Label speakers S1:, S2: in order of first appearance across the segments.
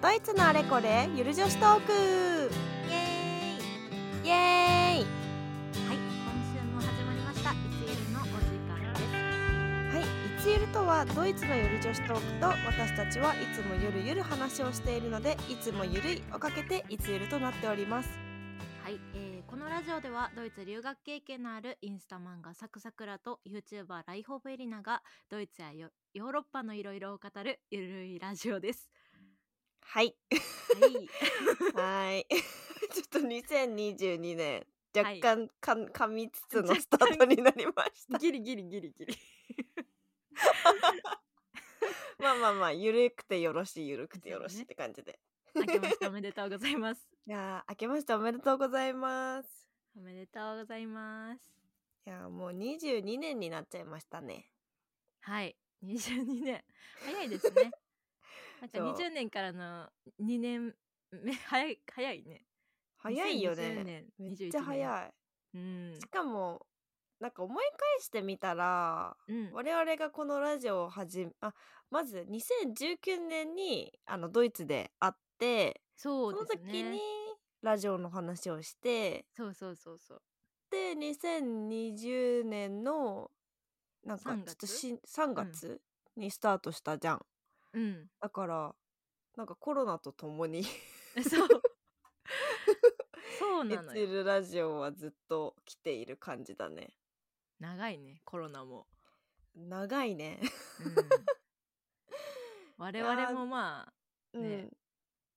S1: ドイツのあれこれゆる女子トーク
S2: イエーイ
S1: イエーイ
S2: はい今週も始まりましたいつゆるのお時間です
S1: はい、いつゆるとはドイツのゆる女子トークと私たちはいつもゆるゆる話をしているのでいつもゆるいをかけていつゆるとなっております
S2: はい、えーこのラジオではドイツ留学経験のあるインスタ漫画サクサクラと YouTuber ライホーブエリナがドイツやヨヨーロッパのいろいろを語るゆるいラジオです。
S1: はい
S2: はい、
S1: はーい ちょっと2022年若
S2: はい
S1: 干かん、噛みつつの
S2: 若干
S1: スタートになりま した
S2: ギリギリギリギリ。
S1: まあまあまあゆるくてよろしいゆるくてよろしい
S2: そうね
S1: って感じで
S2: 明けましておめでとうございます。
S1: いやー明けましておめでとうございます
S2: おめでとうございます。
S1: いやーもう22年になっちゃいましたね
S2: はい、22年早いですね。なんか
S1: そう
S2: 20年からの2年目早い早いね。
S1: 早いよね
S2: 2020年
S1: めっちゃ早い
S2: うん
S1: しかもなんか思い返してみたら
S2: うん
S1: 我々がこのラジオを始めあまず2019年にあのドイツで会ってそ,、
S2: そう
S1: の
S2: です
S1: 時に
S2: ね。
S1: ラジオの話をして
S2: そうそうそうそう。
S1: で2020年のなんかちょ
S2: 3
S1: っと
S2: 月
S1: し3月にスタートしたじゃん、
S2: うん。
S1: だからなんかコロナとともに
S2: そう。そ
S1: 「エ
S2: うな
S1: ツ
S2: の
S1: ー
S2: よ。
S1: ルラジオ」はずっと来ている感じだね
S2: 長いね、コロナも。
S1: 長いね
S2: うん我々もま
S1: う
S2: ね
S1: ん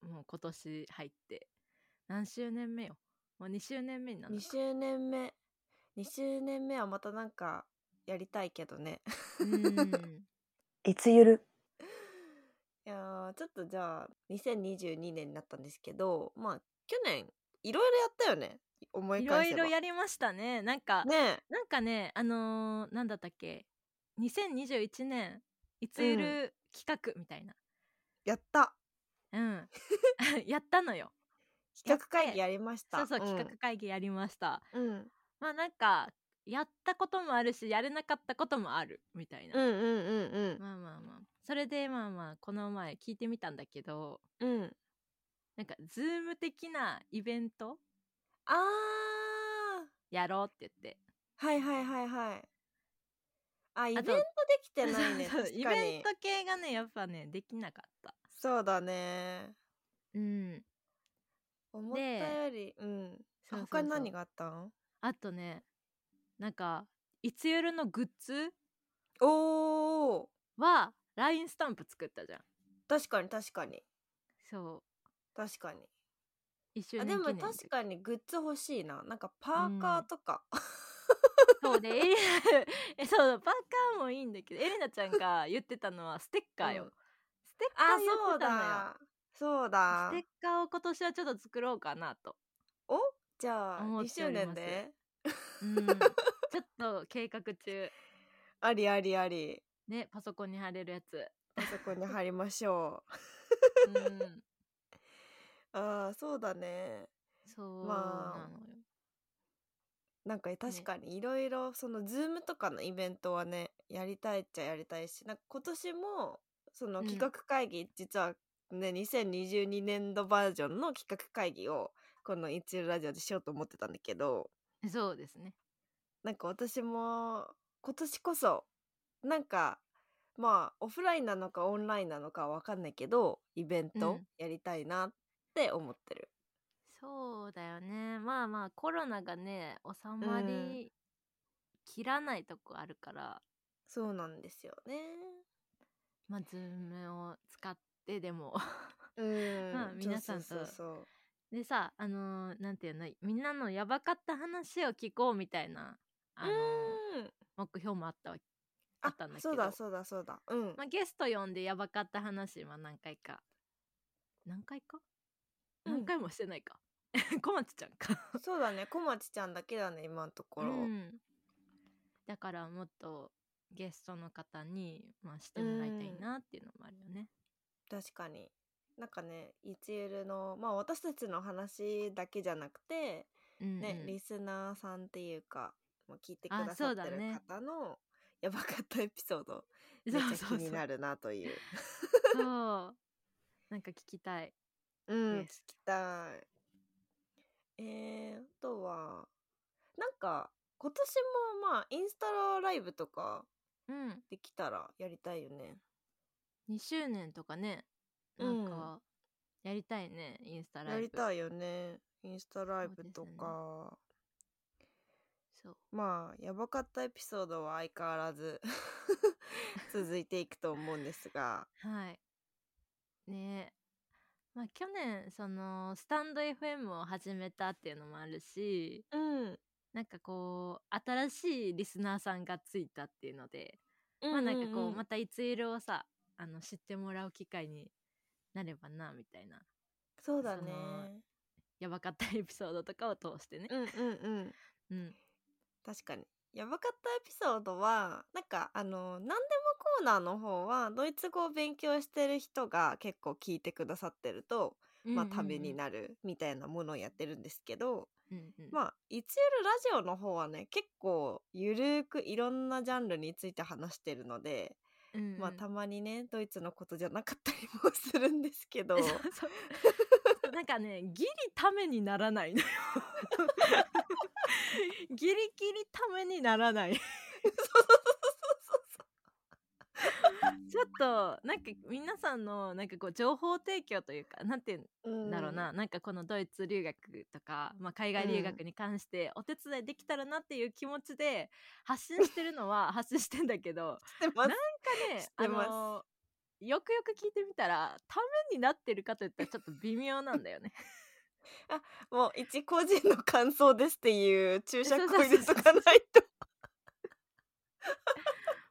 S2: あ、もう今年入って、何周年目よ。もう2周年目になる
S1: 2
S2: のか。
S1: 周年目2周年目はまたなんかやりたいけどね
S2: うん。
S3: いつゆる
S1: いやーちょっとじゃあ2022年になったんですけどまあ去年いろいろやったよね思い
S2: いろ
S1: 返
S2: い
S1: せば
S2: ろやりましたね。なんか、
S1: ねえ
S2: なんかね、あのー、なんだったっけ、2021年、いつゆる企画みたいな。
S1: やった
S2: うん。 やったのよ。
S1: 企画会議
S2: やっ
S1: やりましてた
S2: そうそう、
S1: ん
S2: 企画会議やりました。
S1: うん、
S2: まあなんかやったこともあるしやれなかったこともあるみたいな、
S1: うんうんうんうん
S2: まあまあまあそれでまあまあこの前聞いてみたんだけど
S1: うん
S2: なんかズーム的なイベント
S1: あー
S2: やろうって言って
S1: はいはいはいはいあイベント
S2: と
S1: できてないね
S2: そう
S1: 確かに
S2: イベント系がねやっぱねできなかった
S1: そうだね
S2: うん
S1: 思ったよりうん
S2: そうそうそう
S1: 他に何があったん
S2: あとねなんかいつゆるのグッズ
S1: おお
S2: は LINE スタンプ作ったじゃん
S1: 確かに確かに
S2: そう
S1: 確かに
S2: 一周
S1: あ
S2: 年記
S1: で
S2: 念
S1: も確かにグッズ欲しいななんかパーカーとか、
S2: そうでエリナ えそうパーカーもいいんだけどエリナちゃんが言ってたのはステッカーよ、
S1: うん
S2: ステッカー
S1: あ
S2: 言っ
S1: そう
S2: てたのよ
S1: だそうだ
S2: ステッカーを今年はちょっと作ろうかなと、
S1: おじゃあ
S2: 思っ
S1: 2
S2: てお
S1: 周
S2: りま
S1: 年
S2: す
S1: で
S2: うん、ちょっと計画中
S1: ありありあり
S2: ねパソコンに貼れるやつ、
S1: あそこに貼りましょう
S2: うん、
S1: あーそうだね
S2: そう
S1: まあ
S2: なのよ、
S1: なんか確かにいろいろそのズームとかのイベントはねやりたいっちゃやりたいしなんか今年もその
S2: うん
S1: 企画会議、実はね2022年度バージョンの企画会議をこの「一流ラジオ」でしようと思ってたんだけど
S2: そうですね
S1: なんか私も今年こそなんかまあオフラインなのかオンラインなのかは分かんないけどイベン
S2: う
S1: ト
S2: ん
S1: やりたいなって思ってる。
S2: そうだよねまあまあコロナがね収まりきらないとこあるから、
S1: そうなんですよね。
S2: まあズームを使ってでも
S1: うん、
S2: まあ皆さんと
S1: そうそうそうそう
S2: でさあのーなんていうのみんなのやばかった話を聞こうみたいなあのー
S1: うん
S2: 目標もあったわけあ
S1: あ
S2: ったんだけど
S1: そうだそうだそうだうん、
S2: まあ、ゲスト呼んでやばかった話は何回か何回か
S1: うん
S2: 何回もしてないか、 小町ちゃんか
S1: そうだね小町ちゃんだけだね今のところ、
S2: うんだからもっとゲストの方に、まあ、してもらいたいなっていうのもあるよね
S1: 確かになんかねいつゆるのまあ私たちの話だけじゃなくて
S2: うん、うん
S1: ね、リスナーさんっていうかもう聞いてくだ
S2: あ
S1: さ
S2: そ
S1: っ
S2: うだ
S1: てる
S2: ね
S1: 方のや ばかったエピソードめっ
S2: そう
S1: ちゃ
S2: そ
S1: 気
S2: うそ
S1: に
S2: う
S1: なるなという
S2: そうなんか聞きたい。
S1: うん、
S2: で
S1: 聞きたい。えー、あとは、なんか、今年もまあ、インスタライブとか
S2: うん。
S1: できたらやりたいよね。
S2: 2周年とかね。なんか、やりたいね、インスタライブ。
S1: やり
S2: い。
S1: たいよね。インスタライブ
S2: そ
S1: と
S2: うですね
S1: か。
S2: そう。
S1: まあ、やばかったエピソードは相変わらず 続いていくと思うんですが。
S2: はい。ねえ。まあ去年、その、スタンド FM を始めたっていうのもあるし、
S1: うん。
S2: なんかこう、新しいリスナーさんがついたっていうので、
S1: ま
S2: まあなんかこう、またいついるをさ、あの、知ってもらう機会になればな、みたいな。
S1: そうだ
S2: そ
S1: ね。
S2: のやばかったエピソードとかを通してね。
S1: うんうんうん。
S2: うん。
S1: 確かに。やばかったエピソードは、なんかあの、何でもコーナーの方は、ドイツ語を勉強してる人が結構聞いてくださってると、まあために
S2: る。
S1: なるみたいなものをやってるんですけど、
S2: うんうん。
S1: まあ、いつゆるラジオの方はね、結構ゆるーくいろんなジャンルについて話してるので、
S2: うんうん
S1: まあたまにね、ドイツのことじゃなかったりもするんです けど、
S2: そうそうそうなんかねギリためにならない のよギリギリためにならないちょっとなんか皆さんのなんかこう情報提供というかなんていうんだろうな、なんかこのドイツ留学とか、まあ、海外留学に関してお手伝いできたらなっていう気持ちで発信してるのは発信してんだけど
S1: でも
S2: ななんかね
S1: 知ってます
S2: あのよくよく聞いてみたらためになってるかといったらちょっと微妙なんだよ ね。
S1: もう一個人の感想ですっていう注釈を入れと
S2: そうそうそ
S1: か
S2: う
S1: ないと。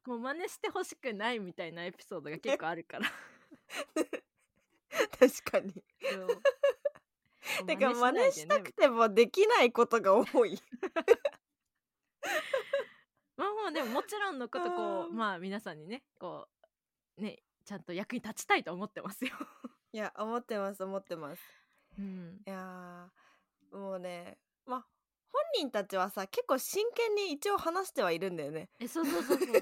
S2: もう真似してほしくないみたいなエピソードが結構あるから
S1: 確 かに。
S2: そう
S1: だから真似
S2: し
S1: し
S2: な
S1: た
S2: いで
S1: く
S2: ね
S1: てもできないことが多い。
S2: まあまあでももちろんのことこ
S1: あー
S2: うまあ皆さんにねこうねちゃんと役に立ちたいと思ってますよ。
S1: いや、 思ってます、思ってます。
S2: うん、
S1: いやーもうね、まあ、本人たちはさ、結構真剣に一応話してはいるんだよね。
S2: えそうそうそうそう そう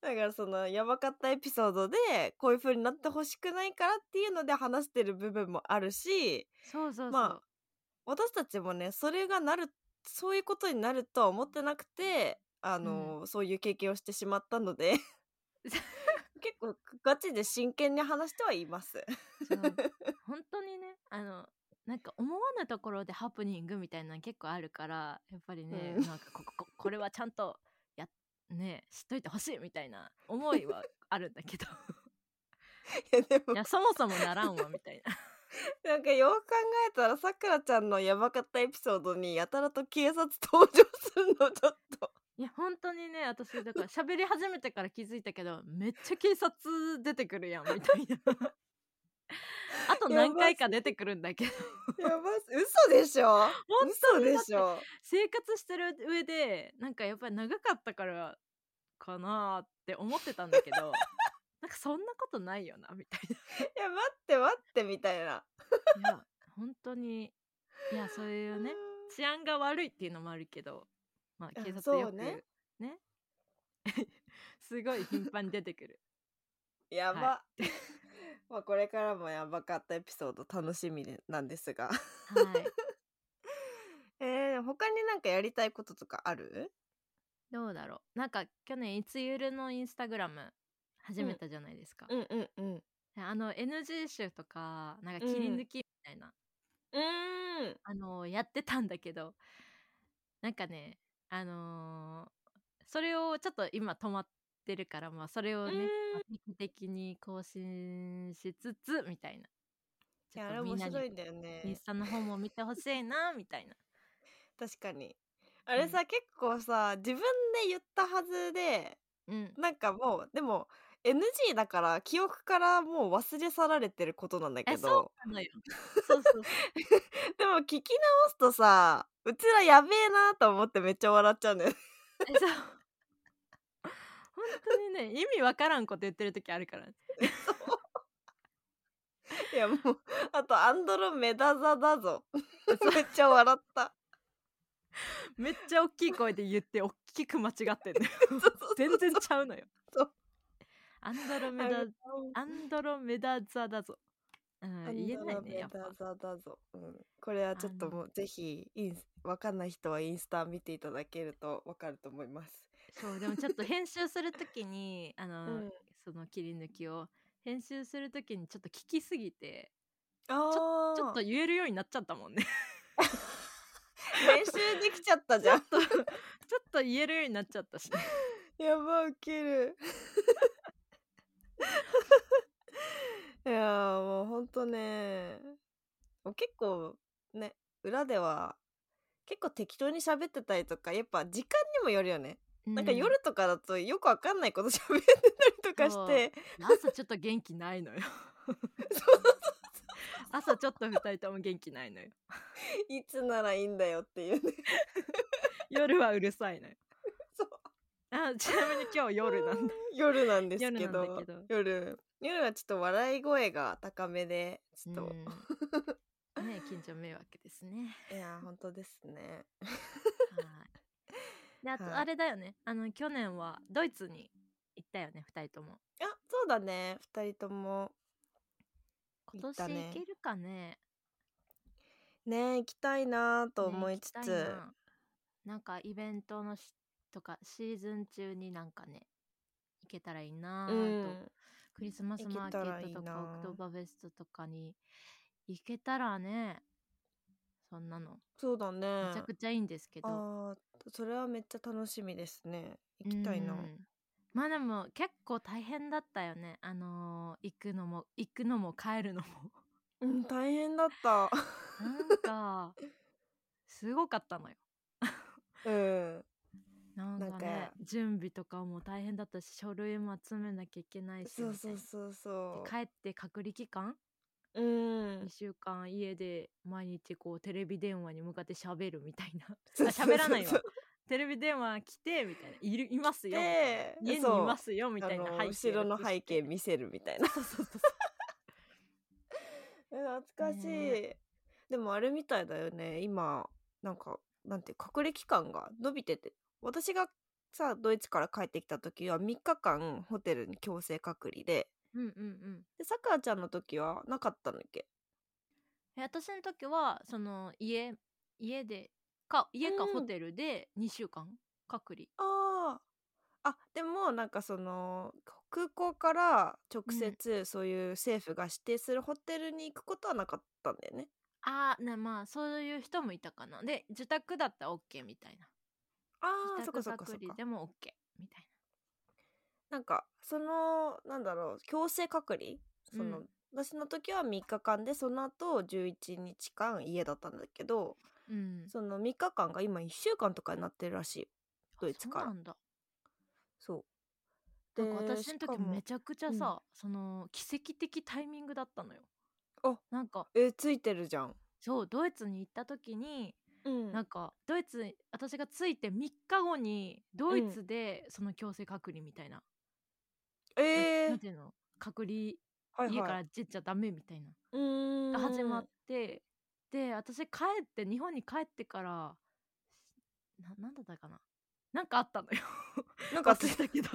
S1: だからそのやばかったエピソードでこういう風になってほしくないからっていうので話してる部分もあるし
S2: そうそうそう、
S1: まあ私たちもねそれがなるそういうことになるとは思ってなくてあの、そういう経験をしてしまったの で結構ガチで真剣に話してはいます。
S2: そう本当にねあのなんか思わぬところでハプニングみたいなの結構あるからやっぱりね、
S1: うん
S2: なんかここここれはちゃんとやっね知っといてほしいみたいな思いはあるんだけど
S1: い やでも
S2: いやそもそもならんわみたいな
S1: なんかよく考えたらさくらちゃんのやばかったエピソードにやたらと警察登場するのちょっ と
S2: いや本当にね私だから喋り始めてから気づいたけどめっちゃ警察出てくるやんみたいな あと何回か出てくるんだけど
S1: やばす嘘でしょ
S2: 本当
S1: 嘘
S2: に
S1: でしょ
S2: 生活してる上でなんかやっぱり長かったからかなーって思ってたんだけ どなんかそんなことないよなみたい
S1: いや待って待ってみたいな。
S2: ないや本当にいやそういうね 治安が悪いっていうのもあるけどまあ
S1: あ
S2: 警察
S1: そう
S2: よく
S1: ね
S2: ね すごい頻繁に出てくる
S1: やば、
S2: は
S1: まあこれからもやばかったエピソード楽しみでなんですが
S2: はい
S1: えー、他になんかやりたいこととかある
S2: どうだろうなんか去年いつゆるのインスタグラム始めたじゃないですか、
S1: んうんうんう
S2: あの NG 集とかなんか切り抜きみたいな、
S1: ーん
S2: あのやってたんだけどなんかねあのーそれをちょっと今止まってるからまあそれをね
S1: うん
S2: 定期的に更新しつつみたいないちょ
S1: やあ
S2: っ
S1: れ
S2: とみ
S1: 面
S2: んな
S1: 白い
S2: に
S1: んだよね
S2: インスタの方も見てほしいなみたいな
S1: 確かにあれさ、結構さ自分で言ったはずで
S2: うん
S1: なんかもうでも NG だから記憶からもう忘れ去られてることなんだけ
S2: えそう
S1: ど
S2: なのよそうそうそう
S1: でも聞き直すとさうちらやべえなと思ってめっちゃ笑っちゃうんだよね
S2: えそう 本当にね意味わからんこと言ってる時あるから
S1: いやもうあとアンドロメダザだぞ めっちゃ笑った
S2: めっちゃ大きい声で言って大きく間違ってんのよ全然ちゃうのよ
S1: そう
S2: アンドロメダアンドロメダ座だぞ、
S1: ア
S2: うん、
S1: ン
S2: 言え
S1: ド
S2: ない
S1: ロ
S2: ね
S1: メ
S2: やっぱ
S1: ダ座だぞ、うん、これはちょっともうぜひインスわかんない人はインスタ見ていただけるとわかると思います
S2: そうでもちょっと編集するときにあの、
S1: うん
S2: その切り抜きを編集するときにちょっと聞きすぎて
S1: あ
S2: ちょっと言えるようになっちゃったもんね
S1: 練習できちゃったじゃん
S2: ちょっと言えるようになっちゃったし
S1: やばウケるいやーもうほんとねもう結構ね裏では結構適当に喋ってたりとかやっぱ時間にもよるよね、なんか夜とかだとよくわかんないこと喋ってたりとかして
S2: うん朝ちょっと元気ない のよ朝ちょっと2人とも元気ないのよ
S1: いつならいいんだよっていうね
S2: 夜はうるさいのよ
S1: そう
S2: あちなみに今日夜なんだ
S1: 夜なんですけ
S2: 夜
S1: ど
S2: なんだけど
S1: 夜夜はちょっと笑い声が高めでちょっと、
S2: うんね緊張迷惑ですね
S1: いやー本当ですね
S2: はいであと、
S1: はい
S2: あれだよねあの去年はドイツに行ったよね2人とも
S1: あそうだね二人とも
S2: 今
S1: 行ったね
S2: 年行けるかね
S1: ね行きたいなーと思いつ
S2: ね行
S1: つ、
S2: きたいななんかイベントのしとかシーズン中になんかね行けたらいいな
S1: う
S2: ぁ
S1: ん
S2: と、クリスマスマーケットと
S1: 行けたらいいな
S2: か
S1: ぁ
S2: オクトーバーフェストとかに行けたらねそんなの
S1: そうだね
S2: めちゃくちゃいいんですけど、
S1: あーそれはめっちゃ楽しみですね行きたいな
S2: うんまあでも結構大変だったよねあのー行くのも行くのも帰るのも
S1: うん、大変だった
S2: なんかすごかったのよ
S1: うん
S2: なんかね
S1: なんか
S2: 準備とかも大変だったし書類も集めなきゃいけないし
S1: そうそう
S2: み
S1: そう
S2: たいな
S1: そ
S2: で帰って隔離期間、
S1: ううん
S2: 2週間家で毎日こうテレビ電話に向かって喋るみたいな
S1: そう
S2: あ
S1: そうそう
S2: 喋らないわテレビ電話来てみたいないるいますよみたい
S1: 来て
S2: な家にい
S1: そう
S2: ますよみたいな
S1: あの
S2: 背景
S1: 後ろの
S2: 映して
S1: 背景見せるみたいな
S2: そうそ うそう
S1: 懐かしい、
S2: ね
S1: でもあれみたいだよね今なんかなんて隔離期間が伸びてて私がさドイツから帰ってきた時は3日間ホテルに強制隔離で
S2: うんうんうん
S1: でさくらちゃんの時はなかったんだっけ
S2: え私の時はその家家でか家か
S1: うん
S2: ホテルで2週間隔離
S1: あああでもなんかその空港から直接そういう政府が指定するホテルに行くことはなかったんだよね
S2: あーなまあそういう人もいたかなで自宅だったら OK みたいな
S1: ああそ
S2: 自
S1: っか
S2: 宅
S1: そっかそ
S2: 隔
S1: っか
S2: 離でも OK みたい
S1: なんかそのなんだろう強制隔離その、
S2: うん
S1: 私の時は3日間でその後11日間家だったんだけど
S2: なうん
S1: その3日間が今1週間とかになってるらしいよドイツから
S2: そうなんだ
S1: そう
S2: な
S1: で
S2: んか私の
S1: しか
S2: 時
S1: も
S2: めちゃくちゃさ、その奇跡的タイミングだったのよ
S1: あ
S2: なんか
S1: えついてるじゃん、
S2: そうドイツに行った時に
S1: うん
S2: なんかドイツ私が着いて3日後にドイツでその強制隔離みたいな、
S1: えー
S2: ななんていうの隔離
S1: はいはい、
S2: 家から出ちゃダメみたいな、
S1: うーん
S2: が始まってで私帰って日本に帰ってからななんだったかななんかあったのよ
S1: なんか
S2: 忘れた けど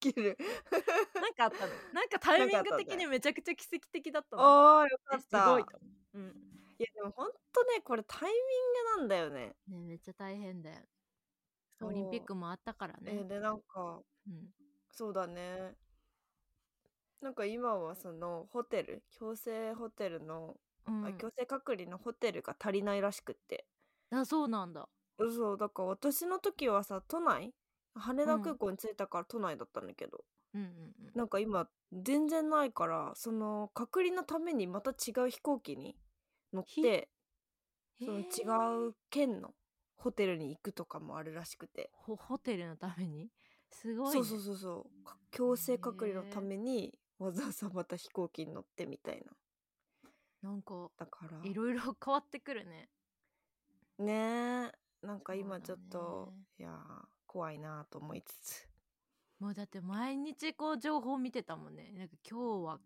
S1: 切る
S2: なんかあったのなんかタイミン
S1: なんかあ
S2: グ
S1: ったんだ
S2: 的にめちゃくちゃ奇跡的だったの
S1: あーよか
S2: え
S1: っ
S2: す
S1: た
S2: ごいと思う、うん
S1: いやでもほんとねこれタイミングなんだよね
S2: ね、めっちゃ大変だよ
S1: そう
S2: オリンピックもあったからね、
S1: えーでなんか
S2: うん、
S1: そうだねなんか今はそのホテル強制ホテルの、
S2: うん
S1: あ強制隔離のホテルが足りないらしくって
S2: あそうなんだ
S1: そうだから私の時はさ都内羽
S2: う
S1: 田
S2: ん
S1: 空港に着いたから都内だったんだけど、
S2: うんうんうん
S1: なんか今全然ないからその隔離のためにまた違う飛行機に乗っ
S2: ひ
S1: てその
S2: へー
S1: 違う県のホテルに行くとかもあるらしくて、
S2: ほホテルのためにすごい、ね、
S1: そうそうそうそうか強制隔離のためにわざわざまた飛行機に乗ってみたいな
S2: なんか
S1: だから
S2: いろいろ変わってくるね
S1: ねえなんか今ち
S2: そ
S1: ょっ
S2: うだね
S1: と、いやー怖いなと思いつつ
S2: もうだって毎日こう情報見てたもんねなんか今日は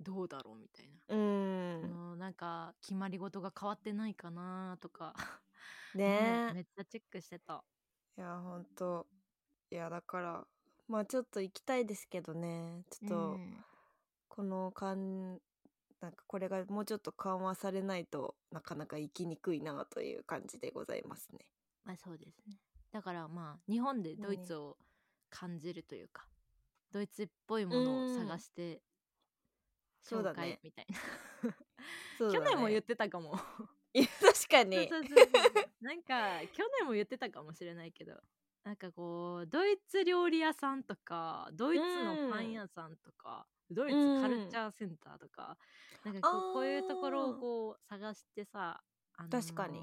S2: どうだろうみたいな、
S1: うーん
S2: うん、なんか決まり事が変わってないかなとか
S1: ねえ
S2: めっちゃチェックしてた
S1: いやほんといやだからまあちょっと行きたいですけどねちょっと、
S2: うん
S1: このかんなんかこれがもうちょっと緩和されないとなかなか行きにくいなという感じでございますね。
S2: まあそうですねだからまあ日本でドイツを感じるというか、ドイツっぽいものを探して
S1: うんそう
S2: 紹
S1: だ
S2: 介
S1: ね
S2: みたいな、去年も言ってたかも
S1: いや確か
S2: そう
S1: に
S2: そうそうそうなんか去年も言ってたかもしれないけどなんかこうドイツ料理屋さんとかドイツのパン屋さんとか、ドイツカルチャーセンターとか、なんかこ
S1: あー
S2: うこういうところをこう探してさ、あのー
S1: 確かに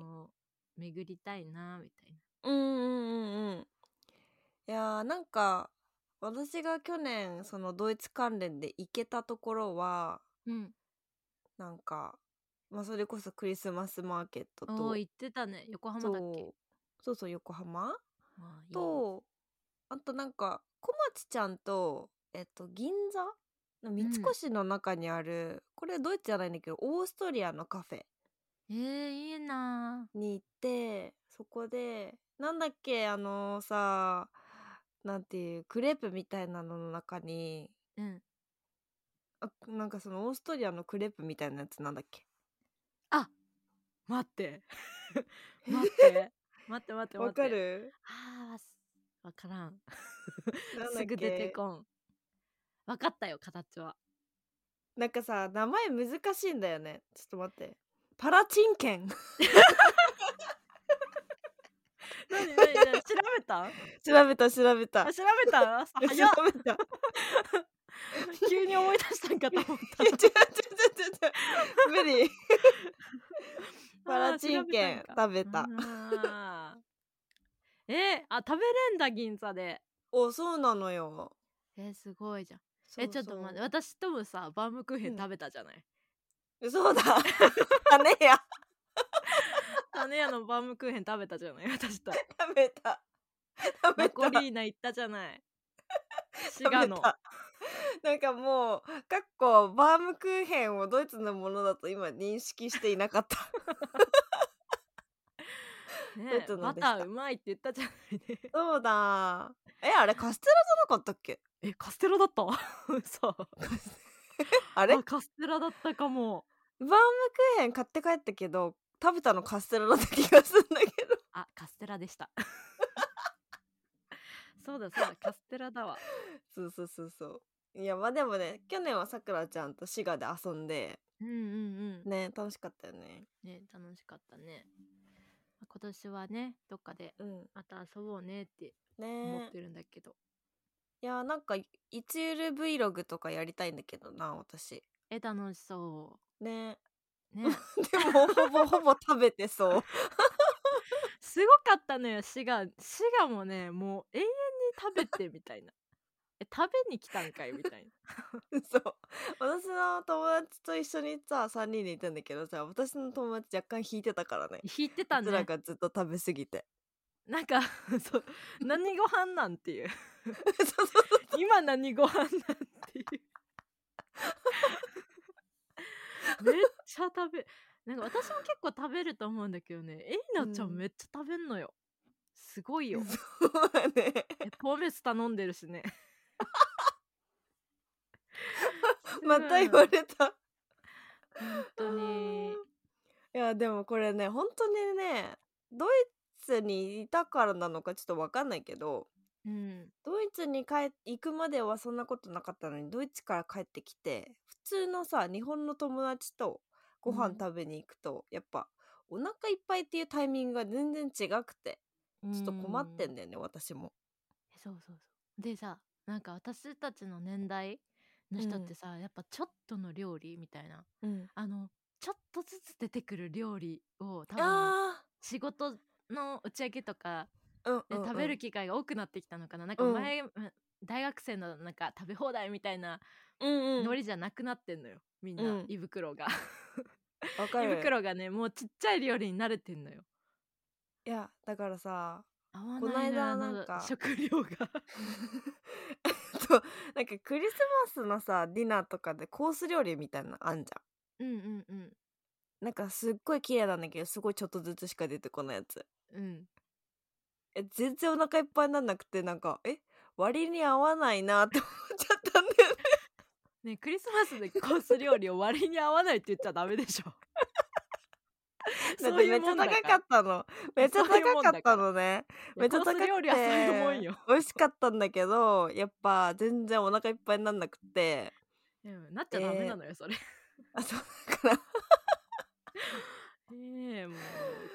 S2: 巡りたいなみたいな。
S1: うんうんうんうんいやーなんか私が去年そのドイツ関連で行けたところは
S2: うん、
S1: なんか、まあ、それこそクリスマスマーケットと
S2: おー言ってたね横浜だっけ
S1: そうそうそう横浜
S2: まあいい
S1: とあとなんか小町ちゃんと、えっと、銀座の三越の中にある、これドイツじゃないんだけどオーストリアのカフェ
S2: えー、いいな
S1: に行ってそこでなんだっけあのさなんていうクレープみたいなのの中に
S2: ーうん
S1: あなんかそのオーストリアのクレープみたいなやつなんだっけ
S2: 待って 待って待って待って待って
S1: わかる
S2: あーわすわからん
S1: なんだっけ
S2: すぐ出てこんわかったよ形は
S1: なんかさ名前難しいんだよねちょっと待ってパラチンケン 調
S2: 何何何 調べた
S1: べた調べた
S2: あ調べた 朝
S1: 調
S2: 早っ
S1: べた
S2: 急に思い出したんかと思 っ
S1: 違う違う違う違う無理
S2: た
S1: パラチンケン食べ
S2: 出
S1: た
S2: えー、あ食べれんだ銀座で
S1: おそうなのよ
S2: えー、すごいじゃん
S1: そう
S2: えちょっと待って
S1: そう
S2: 私ともさバームクーヘ
S1: う
S2: ン
S1: ん
S2: 食べたじゃない、
S1: そうだあねや
S2: 種屋のバームクーヘン食べたじ ゃない私と
S1: 食べた食
S2: マ
S1: べ
S2: コ
S1: た
S2: リーナ行ったじゃない滋賀
S1: 食べ
S2: の
S1: たなんかもうかっこバームクーヘンをドイツのものだと今認識していなかった
S2: ね
S1: ドイツの
S2: バ
S1: で
S2: タ
S1: した
S2: ーうまいって言ったじゃないね
S1: そうだえあれカステラじゃなかったっけ
S2: えカステラだった 嘘
S1: あ
S2: あ
S1: れバーム
S2: カステラだったかも
S1: クーヘン買って帰ったけど食べたのカステラだった気がするんだけ ど
S2: あカステラでした そうだそうだカステラだわ
S1: そうそうそうそういやまあでもね去年はさくらちゃんと滋賀で遊んで
S2: うんうん
S1: ね楽しかったよね
S2: うんね楽しかったね今年はねどっかで
S1: うん
S2: また遊ぼうねって思
S1: ね
S2: ってるんだけど、
S1: いやなんかいつゆる Vlog とかやりたいんだけどな私
S2: え楽しそ
S1: ね
S2: う ね
S1: でもほぼほぼ食べてそう
S2: すごかったのよ滋賀滋賀もねもう永遠に食べてみたいな え食べに来たんかいみた いな
S1: そう私の友達と一緒にさ3人でいたんだけどさ私の友達若干引いてたからね
S2: 引い てた
S1: うちら
S2: ね
S1: がずっと食べ過ぎ て
S2: なんかそう何ご飯なんていう
S1: そうそう
S2: 今何ご飯なんていうめっちゃ食べなんか私も結構食べると思うんだけどねえいなちゃ
S1: うん
S2: んめっちゃ食べんのよすごいよ
S1: そうだね
S2: えポーメス頼んでるしね
S1: また言われた
S2: 本当に
S1: いやでもこれね本当にねドイツにいたからなのかちょっとわかんないけど
S2: うん
S1: ドイツに帰行くまではそんなことなかったのにドイツから帰ってきて普通のさ日本の友達とご
S2: う
S1: 飯
S2: ん
S1: 食べに行くと、やっぱお腹いっぱいっていうタイミングが全然違くてちょっと困ってんだよね、私も。
S2: えそうそうそうでさなんか私たちの年代の人ってさ、やっぱちょっとの料理みたいな
S1: うん、
S2: あのちょっとずつ出てくる料理を多分
S1: あ
S2: 仕事の打ち上げとか
S1: ー、うん
S2: で
S1: うんうん
S2: 食べる機会が多くなってきたのかな、なんか
S1: うん
S2: 前、うん大学生のなんか食べ放題みたいな
S1: うんうん
S2: ノリじゃなくなってんのよみんな、
S1: うん
S2: 胃袋が
S1: わか
S2: 胃
S1: る
S2: 袋がねもうちっちゃい料理に慣れてんのよ
S1: いやだからさ
S2: 合わ
S1: この
S2: ないのよ
S1: 間
S2: あ
S1: なんか
S2: の食料が
S1: そうなんかクリスマスのさディナーとかでコース料理みたいなのあんじゃん。
S2: うんうんうん
S1: なんかすっごい綺麗なんだけどすごいちょっとずつしか出てこないやつ
S2: うん
S1: え全然お腹いっぱいになんなくてなんかえ割に合わないなって思っちゃったんだよ ね。
S2: ねクリスマスでコース料理を割に合わないって言っちゃダメでしょ。
S1: だってめっちゃ高かったの。めっちゃ高かったのね。めっちゃ高く
S2: コース料理はそういうもん
S1: て
S2: よ。
S1: 美味しかったんだけどやっぱ全然お腹いっぱいになんなくて
S2: うんなっちゃダメなのよ、それ。
S1: あそうだから
S2: ええもう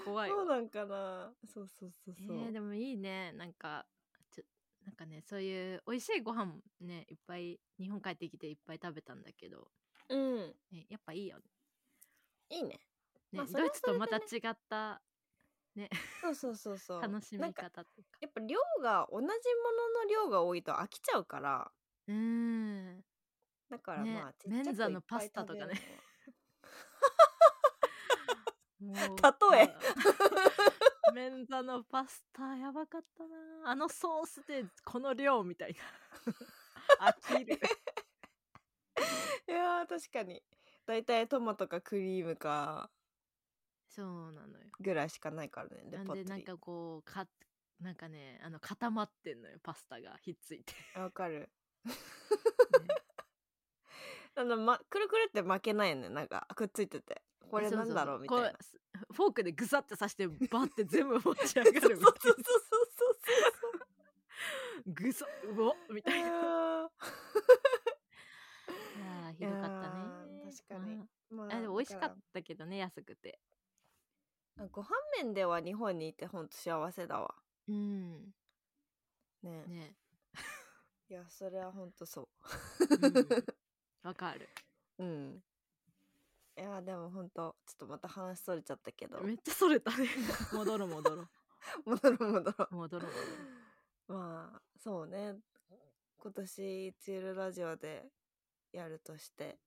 S2: 怖い
S1: そう
S2: わ。
S1: なんかなそうそうそう
S2: え
S1: そう、
S2: ーでもいいねなんかちょなんかねそういう美味しいご飯ねいっぱい日本帰ってきていっぱい食べたんだけど、
S1: うん
S2: ね、やっぱいいよね
S1: いいねま
S2: ね
S1: あそれ
S2: ド
S1: は
S2: イツとまた違った
S1: そうそうそうそう
S2: 楽しみ
S1: なん
S2: 方
S1: か
S2: とか
S1: やっぱ量が同じものの量が多いと飽きちゃうから
S2: うーん
S1: だから
S2: ね
S1: まあ、ちっちゃく
S2: メンザの
S1: いっぱい
S2: パスタとかね
S1: 食べるのは
S2: もう
S1: 例え
S2: あメンザのパスタやばかったなあのソースでこの量みたいな飽きる
S1: いやー確かにだいたいトマトかクリームか
S2: そうなのよ
S1: ぐらいしかないからねレ
S2: なん
S1: パートリ
S2: で
S1: ー
S2: なんかこうかなんかねあの固まってんのよパスタがひっ ついて、
S1: わかる
S2: ね
S1: あの、ま、くるくるって負けないよねなんかくっついててこれ
S2: そう
S1: な
S2: そ
S1: ん
S2: う
S1: だろうみたいな
S2: こうフォークでぐさって刺してバッて全部持ち上がるみたいな ぐさうおみたいなあー ひどかっ
S1: い
S2: た
S1: や
S2: ね
S1: ー確かにま
S2: まああでも美味しか
S1: だら
S2: ったけどね安くて
S1: ご飯面では日本にいてほんと幸せだわ
S2: うん
S1: ね
S2: ね
S1: いやそれはほんとそ
S2: うんわ、かる
S1: ううんいやでもほんとちょっとまた話それちゃったけど
S2: めっちゃそれたね 戻ろう戻ろう
S1: 戻ろう戻ろう
S2: 戻ろう戻ろ
S1: まあそうね今年ツールラジオでやるとして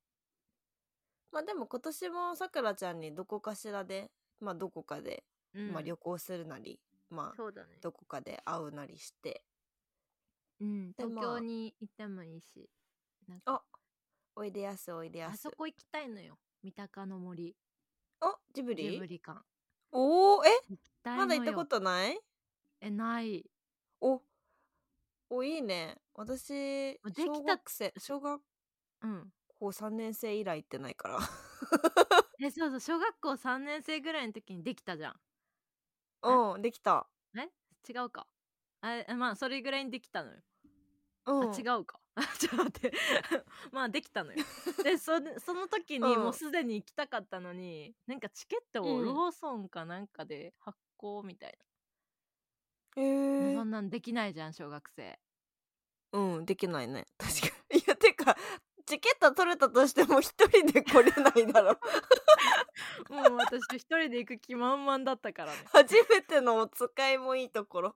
S1: まあでも今年もさくらちゃんにどこかしらでまあどこかで、
S2: う、う ん
S1: まあ旅行するなりまあ
S2: そうだね
S1: どこかで会うなりして
S2: うん、
S1: で
S2: 東
S1: まあ
S2: 京に行ってもいいしなん
S1: あ
S2: か
S1: おいでやすおいでや
S2: あ
S1: す
S2: そこ行きたいのよ三鷹の森
S1: あジブリ
S2: ジブリ館
S1: おおえ
S2: 大
S1: まだ行
S2: の
S1: っ
S2: よ
S1: たことない
S2: えない
S1: おおいいね私
S2: できた
S1: 小学生小学
S2: うん
S1: 校3年生以来行ってないから
S2: えそうそう小学校3年生ぐらいの時にできたじゃん
S1: うんできた、
S2: え違うかあえまあそれぐらいにできたのよ、
S1: うん、
S2: あ違うか ちょっと待ってまあでき たのよでそその時に
S1: うん
S2: もうすでに行きたかったのに、なんかチケットを
S1: うん
S2: ローソンかなんかで発行みたい
S1: へ
S2: な、
S1: ー
S2: そんなんできないじゃん小学生
S1: うん、できないね。確かに。いや、てか、チケット取れたとしても一人で来れないだろ う。
S2: もう私一人で行く気満々だったからね
S1: 初めてのお使いもいいところ。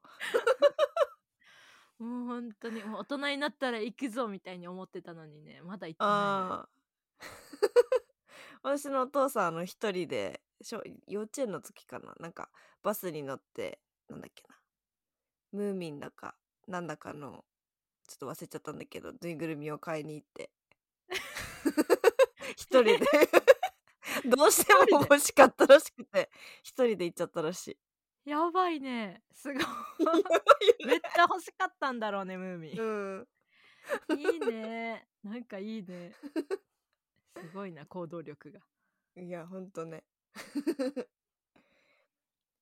S2: もう本当にもう大人になったら行くぞみたいに思ってたのにねまだ行って
S1: あ
S2: な
S1: あ。 私のお父さん、あの、一人で、小幼稚園の時かな。なんか、バスに乗って、なんだっけな。ムーミンだか、なんだかの、ちょっと忘れちゃったんだけど、ぬいぐるみを買いに行って。 一人で。 どうしても欲しかったらしくて、一人で行っちゃったらしい。
S2: いのよやばいねすごいめっちゃ欲しかったんだろうねムーミン
S1: うん、
S2: いいねなんかいいねすごいな行動力が
S1: いやほんとね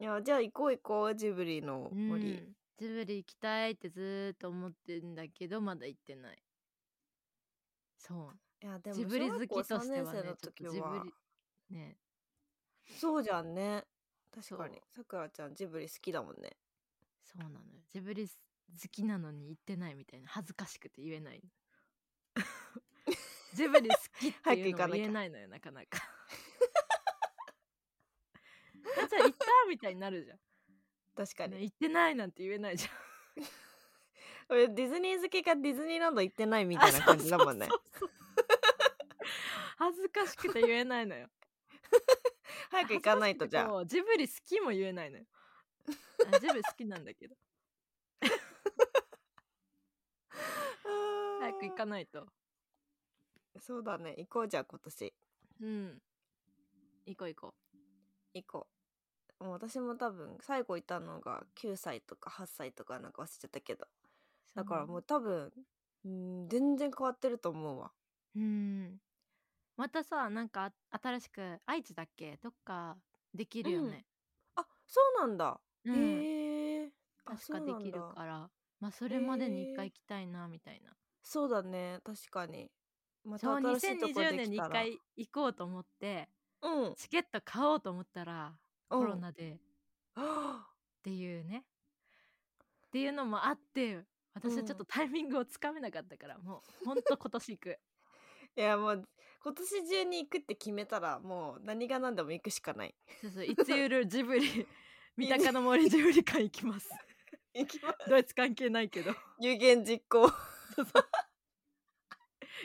S1: いやじゃあ行こう行こうジブリの森、
S2: うんジブリ行きたいってずーっと思ってんだけどまだ行ってないそ
S1: いやで
S2: う
S1: も
S2: ジブリ好きとして
S1: 小
S2: は
S1: 学校3年
S2: ね
S1: 生の
S2: ちょっ
S1: 時
S2: と
S1: は
S2: ジブリね
S1: そうじゃんね確かに
S2: そう
S1: さくらちゃんジブリ好きだもんね
S2: そうなのよジブリ好きなのに行ってないみたいな恥ずかしくて言 えないのジブリ好きっていうのも言えないのよなか なかえじゃあ行ったみたいになるじゃん
S1: 確かに、
S2: ね行ってないなんて言えないじゃん
S1: 俺ディズニー好きがディズニーランド行ってないみたいな感じだもんね
S2: あそうそうそう恥ずかしくて言えないのよ
S1: 早く行かないとじゃあ
S2: あジブリ好きも言えないのよあジブリ好きなんだけど早く行かないと
S1: そうだね行こうじゃあ今年
S2: うん行こう行こ
S1: 行こうもう私も多分最後行ったのが9歳とか8歳とかなんか忘れちゃったけど
S2: う
S1: だからもう多分、うん、全然変わってると思うわ。
S2: うんまたさなんか新しく愛知だっけどっかできるよね、
S1: あそうなんだ。
S2: うん
S1: へえ。あ
S2: 確かできる
S1: そうなんだ
S2: からまあそれまでに
S1: へー
S2: 一回行きたいなみたいな、
S1: そうだね確かに。ま
S2: そう
S1: 新しいとこ
S2: 2020
S1: で
S2: 年
S1: き
S2: に
S1: た
S2: 一
S1: ら。
S2: 回行こうと思って
S1: うん。うん
S2: チケット買おうと思ったらコロ。ナでっ
S1: はあ
S2: ていうねっていうのもあって私はちょっとタイミングをつかめなかったから、もうほんと今年 行く
S1: いやもう今年中に行くって決めたらもう何が何でも行くしか ない。
S2: そうそういつゆるジブリ三鷹の森ジブリ館行きます
S1: 行きます。
S2: ドイツ関係ないけど
S1: 有言実行。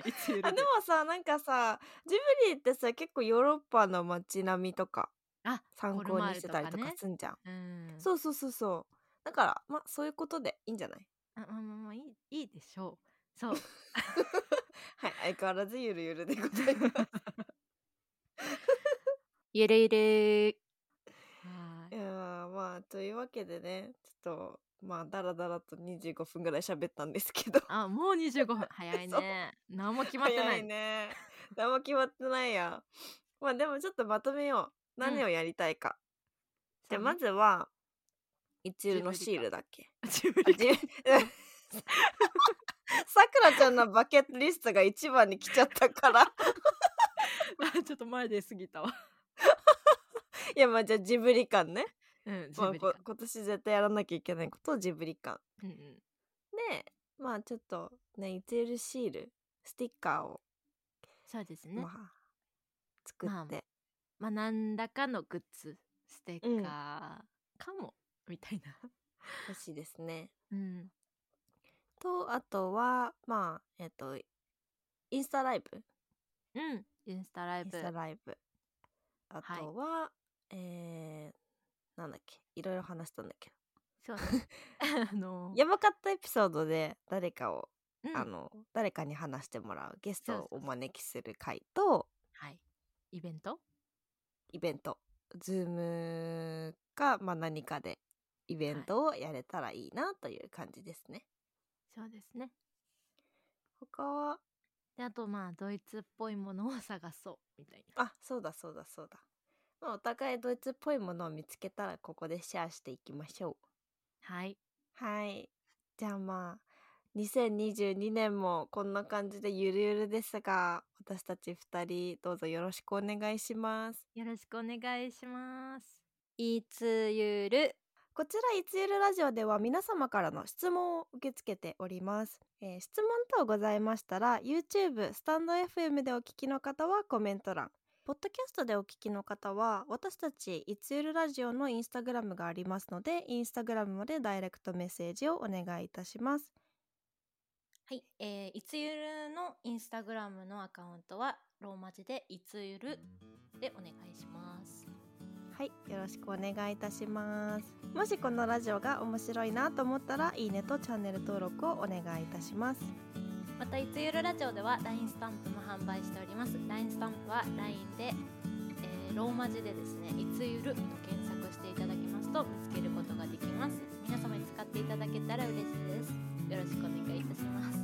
S2: いつゆる
S1: あで
S2: で
S1: もさなんかさジブリってさ結構ヨーロッパの街並みとか
S2: あ
S1: 参考にしてたりと
S2: コル
S1: か
S2: マールと
S1: すんじゃん、
S2: うん
S1: そうそうそうそうだからまあそういうことでいいんじゃない
S2: あまあまあまあいいいいでしょう そう
S1: はい相変わらずゆるゆるでございます
S2: ゆるゆるはいい
S1: やーまあというわけでねちょっとまあダラダラと25分ぐらい喋ったんですけど
S2: あもう25分 早い
S1: そう
S2: ね何も決まってな
S1: 早
S2: い
S1: いね何も決まってないやまあでもちょっとまとめよう何をやりたいか、
S2: そう
S1: で
S2: ね
S1: まずは一流のシールだっ け
S2: ジブ
S1: あ
S2: リ
S1: じ さくらちゃんのバケットリストが一番に来ちゃったから
S2: あちょっと前で過ぎたわ
S1: いやまあじゃあジブリ館ね
S2: うんジ
S1: まあ
S2: ブリ
S1: こ
S2: 館
S1: 今年絶対やらなきゃいけないことをジブリ館
S2: うんうん
S1: でまあちょっとねいつゆるシールスティッカーを、
S2: そうですね
S1: まあ、作って、
S2: まあまあ何らかのグッズステッカーかもみたいな
S1: 欲しいですね
S2: うん
S1: とあとはまあえっ、とインスタライブ
S2: うんインスタライ
S1: イン
S2: ブ
S1: スタライブあ
S2: はい
S1: とは、えー、なんだっけいろいろ話したんだけど
S2: そうね あの
S1: やばかったエピソードで誰かを、
S2: うん
S1: あの誰かに話してもらうゲス
S2: そう
S1: ト
S2: そう
S1: を
S2: そう
S1: お招きする回と
S2: はいイベント
S1: イベントズームか、まあ、何かでイベントをやれたらいいなという感じですね。
S2: そうですね
S1: 他は
S2: であとまあドイツっぽいものを探そうみたいな
S1: あそうだそうだそうだ。まあ、お互いドイツっぽいものを見つけたらここでシェアしていきましょ
S2: はい、
S1: う。はい。じゃあまあ2022年もこんな感じでゆるゆるですが私たち2人どうぞよろしくお願いします。
S2: よろしくお願いします。いつゆる。
S1: こちらいつゆるラジオでは皆様からの質問を受け付けております、えー質問等ございましたら YouTube スタンド FM でお聞きの方はコメント欄ポッドキャストでお聞きの方は私たちいつゆるラジオのインスタグラムがありますのでインスタグラムまでダイレクトメッセージをお願いいたします
S3: はい、えーいつゆるのインスタグラムのアカウントはローマ字でいつゆるでお願いします。
S1: はいよろしくお願いいたしますもしこのラジオが面白いなと思ったらいいねとチャンネル登録をお願いいたします
S3: またいつゆるラジオでは LINE スタンプも販売しております。LINE スタンプは LINE で、えーローマ字でですね、いつゆると検索していただきますと見つけることができます。皆様に使っていただけたら嬉しいです。よろしくお願いいたします。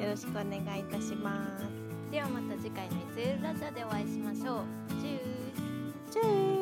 S1: よろしくお願いいたします
S3: ではまた次回のいつゆるラジオでお会いしましょう。チュース。
S1: チュー